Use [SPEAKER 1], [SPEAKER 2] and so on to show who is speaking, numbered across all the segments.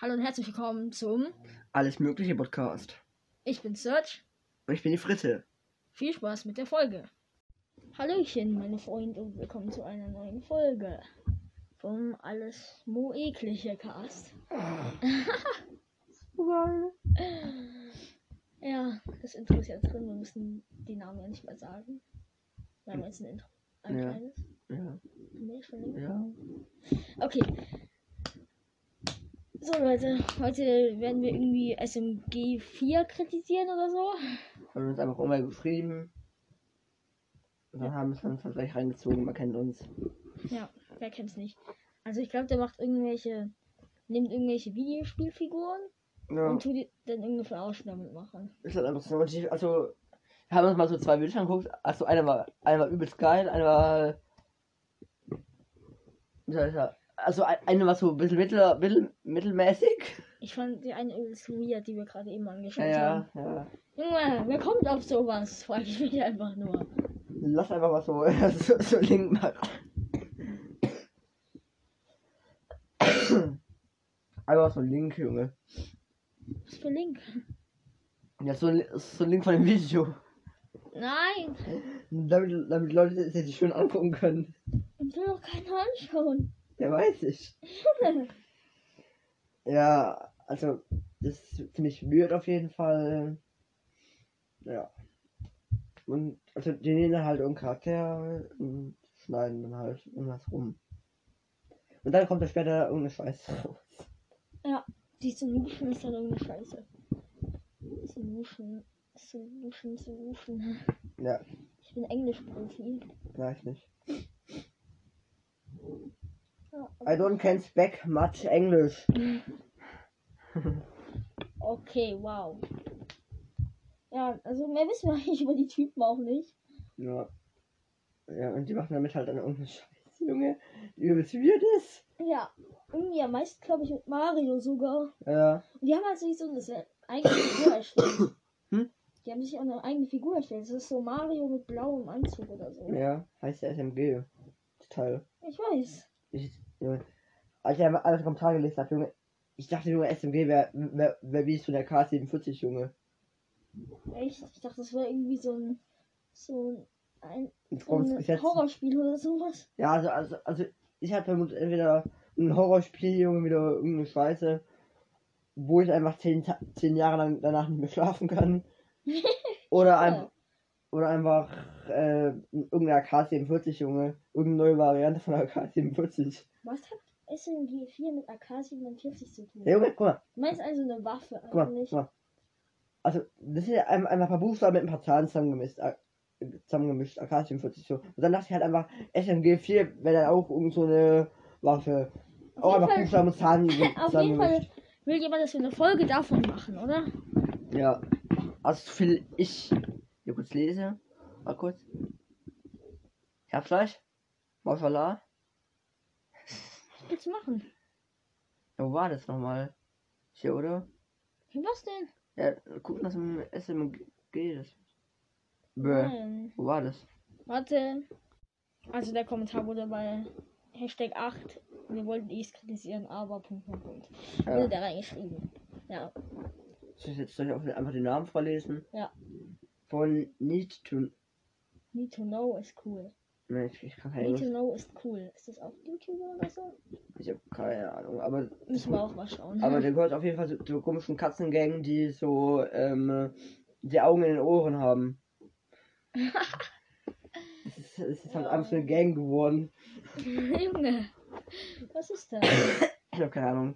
[SPEAKER 1] Hallo und herzlich willkommen zum
[SPEAKER 2] Alles Mögliche Podcast.
[SPEAKER 1] Ich bin Serge.
[SPEAKER 2] Und ich bin die Fritte.
[SPEAKER 1] Viel Spaß mit der Folge. Hallöchen, meine Freunde, und willkommen zu einer neuen Folge vom Alles Mo eklige Cast. Ja, das Intro ist ja drin. Wir müssen die Namen ja nicht mehr sagen. Wir haben jetzt ein Intro. Ein
[SPEAKER 2] Ja.
[SPEAKER 1] kleines.
[SPEAKER 2] Ja.
[SPEAKER 1] Nee, schon länger.
[SPEAKER 2] Ja.
[SPEAKER 1] Okay. So Leute, heute werden wir irgendwie SMG 4 kritisieren oder so.
[SPEAKER 2] Haben wir uns einfach online geschrieben. Und dann haben wir es uns dann gleich reingezogen. Man kennt uns.
[SPEAKER 1] Ja, wer kennt's nicht. Also ich glaube, der macht irgendwelche, nimmt irgendwelche Videospielfiguren
[SPEAKER 2] Ja.
[SPEAKER 1] und tut die- dann irgendwie von Ausschnitt damit machen.
[SPEAKER 2] Ist halt einfach so. relativ- Also, wir haben uns mal so zwei Bilder angeguckt. Also, einer war, einer war übelst geil. Einer war. Wie soll ich sagen? Also, ein- einer war so ein bisschen mittel, mittel, mittelmäßig.
[SPEAKER 1] Ich fand die eine übelst weird, die wir gerade eben angeschaut
[SPEAKER 2] Ja,
[SPEAKER 1] haben.
[SPEAKER 2] ja, ja.
[SPEAKER 1] Junge, wer kommt auf sowas? Frage ich mich einfach nur.
[SPEAKER 2] Lass einfach mal so, so, so link machen. Einfach so link, Junge.
[SPEAKER 1] Was für Link?
[SPEAKER 2] Ja, so, ein- so ein Link von dem Video.
[SPEAKER 1] Nein,
[SPEAKER 2] Damit, damit Leute sich das schön angucken können.
[SPEAKER 1] ich will doch keiner anschauen.
[SPEAKER 2] Ja, weiß ich. Ja, also, das ist ziemlich weird auf jeden Fall. Ja. Und, also, die nehmen dann halt irgendeinen Charakter und schneiden dann halt irgendwas rum. Und dann kommt da später irgendeine Scheiße raus.
[SPEAKER 1] Die Solution ist dann irgendeine Scheiße. Solution, Solution, Solution.
[SPEAKER 2] Ja,
[SPEAKER 1] Ich bin Englisch-Profi.
[SPEAKER 2] weiß nicht.
[SPEAKER 1] Ja,
[SPEAKER 2] I don't can speak much English.
[SPEAKER 1] Okay, wow. Ja, also mehr wissen wir eigentlich über die Typen auch nicht.
[SPEAKER 2] Ja. Ja, und die machen damit halt dann irgendeine Scheiße, Junge. Die übelst weird ist.
[SPEAKER 1] Ja, irgendwie am meisten, glaube ich, mit Mario sogar.
[SPEAKER 2] Ja.
[SPEAKER 1] Und die haben halt sich so eine eigene Figur erstellt.
[SPEAKER 2] Hm?
[SPEAKER 1] Die haben sich auch eine eigene Figur erstellt. Das ist so Mario mit blauem Anzug oder so.
[SPEAKER 2] Ja, heißt ja SMG. Das Teil.
[SPEAKER 1] Ich weiß.
[SPEAKER 2] Ich, Junge. Als ich einmal alles Kommentar gelesen habe, Junge. Ich dachte, Junge, SMG wäre wär, wär wie so der K47, Junge.
[SPEAKER 1] Echt? Ich dachte, das wäre irgendwie so ein, so ein,
[SPEAKER 2] Und
[SPEAKER 1] ein,
[SPEAKER 2] kommt's
[SPEAKER 1] ein
[SPEAKER 2] bis jetzt.
[SPEAKER 1] Horrorspiel oder sowas.
[SPEAKER 2] Ja, also, also, also ich hatte vermutet entweder ein Horrorspiel, Junge, wieder irgendeine Scheiße, wo ich einfach zehn, Ta- zehn Jahre lang danach nicht mehr schlafen kann. Oder, ein,
[SPEAKER 1] Ja.
[SPEAKER 2] oder einfach äh, irgendeine AK-47, Junge. Irgendeine neue Variante von AK-47.
[SPEAKER 1] Was hat SMG 4 mit AK-47 zu tun?
[SPEAKER 2] Ja, Junge, guck mal,
[SPEAKER 1] Du meinst also eine Waffe
[SPEAKER 2] guck mal, guck
[SPEAKER 1] eigentlich?
[SPEAKER 2] mal. Also, das sind ja ein- einfach ein paar Buchstaben mit ein paar Zahlen zusammengemischt. äh, Zusammengemischt, AK-47 so. Und dann dachte ich halt einfach, SMG-4 wäre dann auch irgend so eine Waffe. Auch
[SPEAKER 1] jeden
[SPEAKER 2] einfach
[SPEAKER 1] Fall-
[SPEAKER 2] Buchstaben und Zahlen
[SPEAKER 1] Auf jeden Fall
[SPEAKER 2] zusammengemischt.
[SPEAKER 1] will jemand, dass wir eine Folge davon machen, oder?
[SPEAKER 2] Ja. Also so viel ich hier kurz lese. Mal kurz. Herbstfleisch. Mausala.
[SPEAKER 1] Was willst du machen?
[SPEAKER 2] Ja, wo war das nochmal? Hier, oder?
[SPEAKER 1] Hey, Was denn?
[SPEAKER 2] Ja, guck nach dem SMG. Das. Bäh.
[SPEAKER 1] Nein.
[SPEAKER 2] Wo war das?
[SPEAKER 1] Ähm, Warte. Also der Kommentar wurde bei Hashtag 8. Wir wollten es kritisieren, aber Punkt, Punkt, Punkt.
[SPEAKER 2] Ja.
[SPEAKER 1] Wurde da reingeschrieben. Ja.
[SPEAKER 2] Soll ich jetzt soll ich auch einfach den Namen vorlesen?
[SPEAKER 1] Ja.
[SPEAKER 2] Von Need to.
[SPEAKER 1] Need to know ist cool.
[SPEAKER 2] Ne, ich, ich kann keine
[SPEAKER 1] Need to
[SPEAKER 2] Lust.
[SPEAKER 1] know ist cool. Ist das auf YouTube oder so?
[SPEAKER 2] Ich hab keine Ahnung. Aber,
[SPEAKER 1] Müssen wir auch mal schauen.
[SPEAKER 2] aber der gehört auf jeden Fall zu, zu komischen Katzengang, die so ähm, die Augen in den Ohren haben. es, ist, es ist halt
[SPEAKER 1] Ja.
[SPEAKER 2] einfach so eine Gang geworden.
[SPEAKER 1] Junge. Was ist das?
[SPEAKER 2] Ich hab keine Ahnung.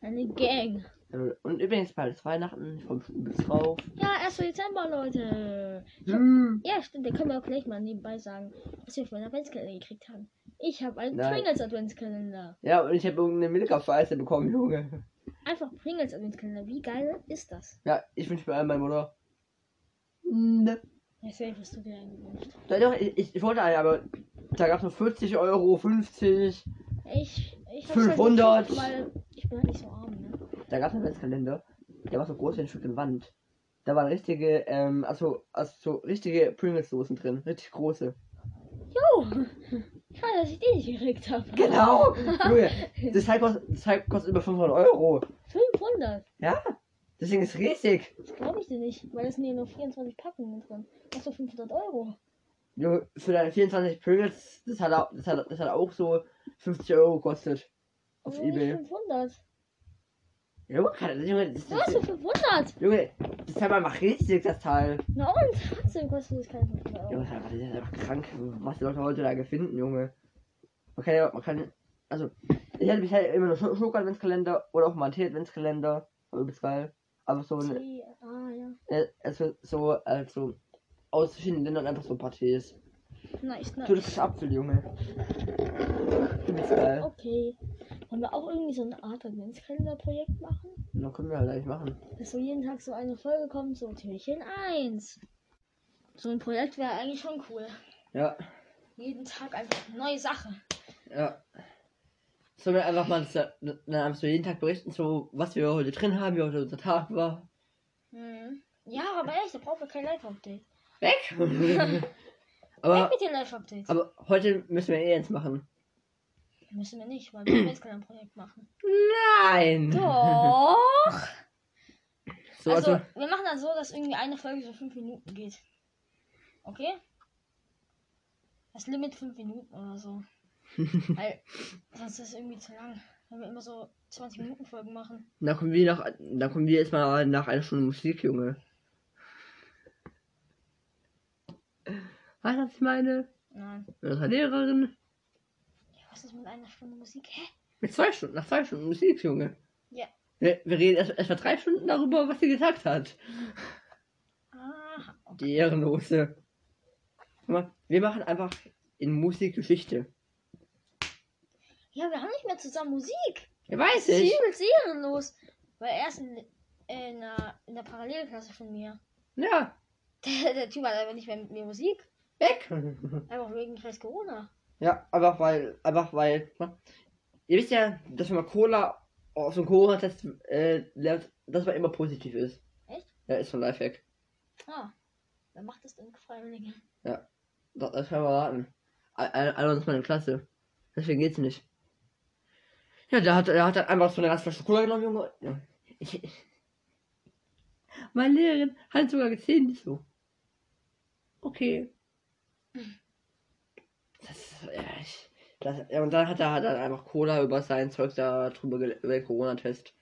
[SPEAKER 1] Eine Gang.
[SPEAKER 2] Also, Und übrigens bald ist Weihnachten. Ich komm schon übelst drauf.
[SPEAKER 1] Ja, 1. Dezember, Leute.
[SPEAKER 2] Hm.
[SPEAKER 1] Ja, stimmt, da können wir auch gleich mal nebenbei sagen, was wir für einen Adventskalender gekriegt haben. Ich habe einen
[SPEAKER 2] Nein.
[SPEAKER 1] Pringles Adventskalender.
[SPEAKER 2] Ja, und ich habe irgendeine Milka-Scheiße bekommen, Junge.
[SPEAKER 1] Einfach Pringles Adventskalender. Wie geil ist das?
[SPEAKER 2] Ja, ich wünsche mir einen, meine Mutter. Ne.
[SPEAKER 1] Ja, safe hast du dir einen gewünscht.
[SPEAKER 2] Ja, doch, ich, ich- ich wollte einen, aber da gab es nur 40 Euro, 50.
[SPEAKER 1] Ich, ich hab's
[SPEAKER 2] 500.
[SPEAKER 1] Halt gekriegt, weil ich bin halt nicht so arm, ne?
[SPEAKER 2] Da gab es einen Adventskalender, der war so groß wie ein Stück in Wand. Da waren richtige, ähm, also, also so richtige Pringles-Soßen drin, richtig große.
[SPEAKER 1] Jo! Ich kann dass ich den nicht gekriegt habe.
[SPEAKER 2] Genau! Junge, das Teil kostet, das Teil kostet über 500 Euro.
[SPEAKER 1] 500.
[SPEAKER 2] Ja? Das Ding ist riesig.
[SPEAKER 1] Das glaube ich dir nicht, weil es sind ja nur 24 Packungen drin. Achso, 500 Euro.
[SPEAKER 2] Junge, für deine 24 Pringles, das hat, au- das, hat, das hat auch so 50 Euro gekostet. Auf
[SPEAKER 1] Nur nicht
[SPEAKER 2] Ebay.
[SPEAKER 1] 500.
[SPEAKER 2] Junge, kann- Junge, das,
[SPEAKER 1] Was
[SPEAKER 2] das,
[SPEAKER 1] für 500?
[SPEAKER 2] Junge, das Teil war einfach riesig, das Teil.
[SPEAKER 1] Na und? Trotzdem kostet es keine 500 Euro.
[SPEAKER 2] Junge, das ist einfach, das ist einfach krank, was die Leute heutzutage finden, Junge. Man kann ja, man kann, also, ich hätte bisher immer nur Sch- Schoko-Adventskalender oder auch mal einen Tee-Adventskalender, aber bis zwei. Aber so, eine,
[SPEAKER 1] Die- Ah, ja.
[SPEAKER 2] äh, also, so, also, aus verschiedenen Ländern einfach so ein paar Tees.
[SPEAKER 1] Nice, nice.
[SPEAKER 2] Türkischer Apfel, Junge. Übelst geil.
[SPEAKER 1] Okay. Wollen wir auch irgendwie so eine Art Adventskalender-Projekt machen?
[SPEAKER 2] Und dann können wir halt eigentlich machen.
[SPEAKER 1] Dass so jeden Tag so eine Folge kommt, so Türchen 1. So ein Projekt wäre eigentlich schon cool.
[SPEAKER 2] Ja,
[SPEAKER 1] Jeden Tag einfach eine neue Sache.
[SPEAKER 2] ja. Sollen wir einfach mal, dann einfach so jeden Tag berichten, so, was wir heute drin haben, wie heute unser Tag war.
[SPEAKER 1] Hm. Ja, aber echt, da brauchen wir kein Live-Update.
[SPEAKER 2] Weg!
[SPEAKER 1] Weg
[SPEAKER 2] aber,
[SPEAKER 1] mit den Live-Updates.
[SPEAKER 2] aber heute müssen wir eh eins machen.
[SPEAKER 1] Müssen wir nicht, weil wir jetzt kein Projekt machen.
[SPEAKER 2] Nein!
[SPEAKER 1] Doch!
[SPEAKER 2] So,
[SPEAKER 1] also,
[SPEAKER 2] also,
[SPEAKER 1] wir machen dann so, dass irgendwie eine Folge so fünf Minuten geht. Okay? Das Limit fünf Minuten oder so. Weil sonst ist es irgendwie zu lang. Wenn wir immer so 20 Minuten Folgen machen.
[SPEAKER 2] dann kommen wir nach, dann kommen wir jetzt mal nach einer Stunde Musik, Junge. Weißt du, was ich meine?
[SPEAKER 1] Nein.
[SPEAKER 2] Unsere Lehrerin.
[SPEAKER 1] Was ist mit einer Stunde Musik? Hä?
[SPEAKER 2] Mit zwei Stunden, nach zwei Stunden Musik, Junge.
[SPEAKER 1] Ja.
[SPEAKER 2] Wir, wir reden erst, erst mal drei Stunden darüber, was sie gesagt hat.
[SPEAKER 1] Aha.
[SPEAKER 2] Die Ehrenlose. Guck mal, Wir machen einfach in Musik Geschichte.
[SPEAKER 1] Ja, wir haben nicht mehr zusammen Musik.
[SPEAKER 2] Ja,
[SPEAKER 1] Das
[SPEAKER 2] weiß
[SPEAKER 1] ist
[SPEAKER 2] ich.
[SPEAKER 1] übelst ehrenlos. Weil er ist in, in, der, in der Parallelklasse von mir.
[SPEAKER 2] Ja,
[SPEAKER 1] Der, der Typ hat einfach nicht mehr mit mir Musik.
[SPEAKER 2] weg.
[SPEAKER 1] Einfach wegen scheiß Corona.
[SPEAKER 2] Ja, einfach weil, einfach weil. guck mal, Ihr wisst ja, dass wenn man Cola aus dem Corona-Test äh, lernt, dass man immer positiv ist.
[SPEAKER 1] Echt?
[SPEAKER 2] Ja, ist von Lifehack.
[SPEAKER 1] Ah. Wer macht das denn Freiwillige?
[SPEAKER 2] Das, das kann man raten. Ein- ein- Einer aus meiner Klasse. Deswegen geht's nicht. Ja, der hat, der hat dann einfach so eine ganze Flasche Cola genommen, Junge. Ja. Ich, ich. Meine Lehrerin hat sogar gesehen, nicht so. Okay. Das, ja, ich, das, ja, und dann hat er hat er einfach Cola über sein Zeug da drüber gel- über den Corona-Test.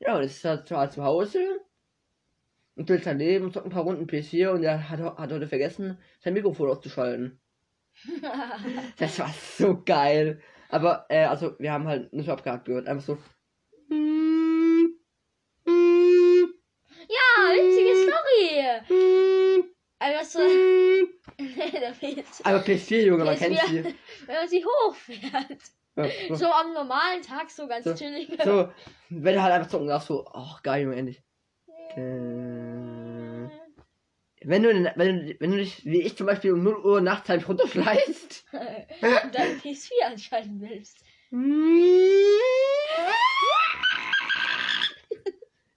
[SPEAKER 2] Ja, und ist halt zu, zu Hause und will sein Leben, zockt ein paar Runden PS4 und er hat, hat heute vergessen, sein Mikrofon auszuschalten.
[SPEAKER 1] Ah,
[SPEAKER 2] Das war so geil. Aber, äh, also, wir haben halt nicht abgehakt gehört. Einfach so.
[SPEAKER 1] Ja, witzige
[SPEAKER 2] Hm.
[SPEAKER 1] Story. Aber so, nee, der fehlt.
[SPEAKER 2] Aber PS4, Junge, man
[SPEAKER 1] PS4.
[SPEAKER 2] kennt sie.
[SPEAKER 1] Wenn man sie hochfährt.
[SPEAKER 2] Ja, so,
[SPEAKER 1] So am normalen Tag so ganz
[SPEAKER 2] So.
[SPEAKER 1] chillig.
[SPEAKER 2] so, wenn du halt einfach zocken darfst, so, ach, geil, Junge, endlich. Äh, Wenn du, wenn du, wenn du dich, wie ich zum Beispiel, um 0 Uhr nachts halt runterschleißt.
[SPEAKER 1] Und dann PS4 anschalten willst.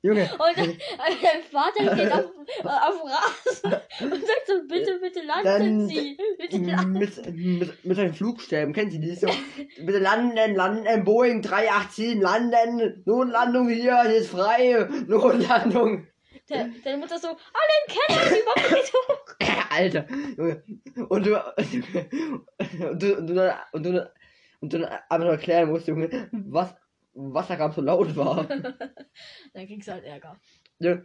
[SPEAKER 2] Junge,
[SPEAKER 1] Und dann, also dein Vater geht auf, äh, auf Rasen und sagt so, bitte, bitte landen
[SPEAKER 2] Dann-
[SPEAKER 1] Sie. Bitte landen.
[SPEAKER 2] mit, mit, mit seinen Flugstäben, kennen Sie die? So, bitte landen, landen, Boeing 387, landen, Notlandung hier, hier ist frei, Notlandung.
[SPEAKER 1] Der, deine Mutter so, alle im Keller, die Bombe geht hoch.
[SPEAKER 2] Alter. Junge. Und du, und du, und du, und du, und du einfach nur erklären musst, Junge, was, was da gerade so laut war.
[SPEAKER 1] Dann kriegst du halt Ärger.
[SPEAKER 2] Ja.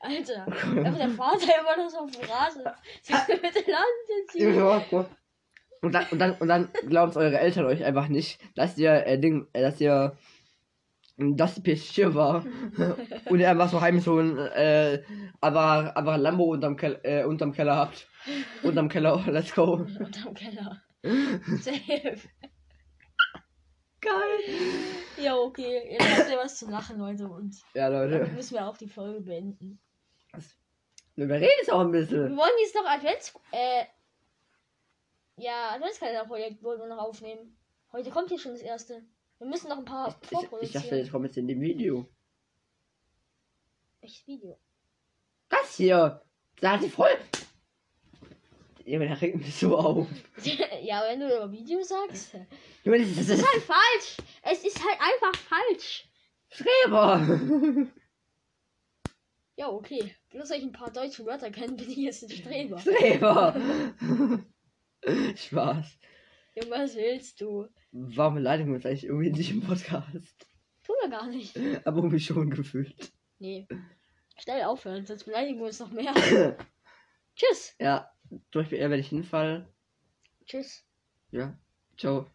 [SPEAKER 1] Alter, aber der Vater immer noch so auf dem Rasen. Sie bitte landen Sie.
[SPEAKER 2] Junge, guck mal. Und dann, und dann, und dann glauben es eure Eltern euch einfach nicht, dass ihr, äh, Ding, äh, dass ihr, dass die PS4 war. und ihr einfach so heim so ein, äh, aber, aber ein Lambo unterm, Kel äh, unterm Keller habt. Unterm Keller, let's go.
[SPEAKER 1] Unterm Keller. Safe.
[SPEAKER 2] Geil.
[SPEAKER 1] Ja, okay. Jetzt habt ihr was zu lachen, Leute. Und
[SPEAKER 2] Ja, Leute.
[SPEAKER 1] müssen wir auch die Folge beenden.
[SPEAKER 2] Wir reden es auch ein
[SPEAKER 1] Wir
[SPEAKER 2] bisschen.
[SPEAKER 1] wollen jetzt noch Advents... Äh, ja, Adventskalender-Projekt wollen wir noch aufnehmen. Heute kommt hier schon das erste. Wir müssen noch ein paar
[SPEAKER 2] Ich, ich dachte,
[SPEAKER 1] vorproduzieren.
[SPEAKER 2] jetzt kommt jetzt in dem Video.
[SPEAKER 1] Welches Video?
[SPEAKER 2] Das hier. Da hat sie voll. Junge, der regt mich so auf.
[SPEAKER 1] ja, wenn du über Video sagst.
[SPEAKER 2] Junge, das ist
[SPEAKER 1] Es ist halt falsch. Es ist halt einfach falsch.
[SPEAKER 2] Streber.
[SPEAKER 1] Ja, okay. Bloß weil ich ein paar deutsche Wörter kenne, bin ich jetzt ein Streber.
[SPEAKER 2] Streber. Spaß.
[SPEAKER 1] Junge, was willst du?
[SPEAKER 2] Warum beleidigen wir uns eigentlich irgendwie nicht im Podcast?
[SPEAKER 1] Tun wir gar nicht.
[SPEAKER 2] Aber irgendwie schon gefühlt.
[SPEAKER 1] Nee. Schnell aufhören, sonst beleidigen wir uns noch mehr. Tschüss.
[SPEAKER 2] Ja, zum Beispiel eher, wenn ich hinfall.
[SPEAKER 1] Tschüss.
[SPEAKER 2] Ja, ciao.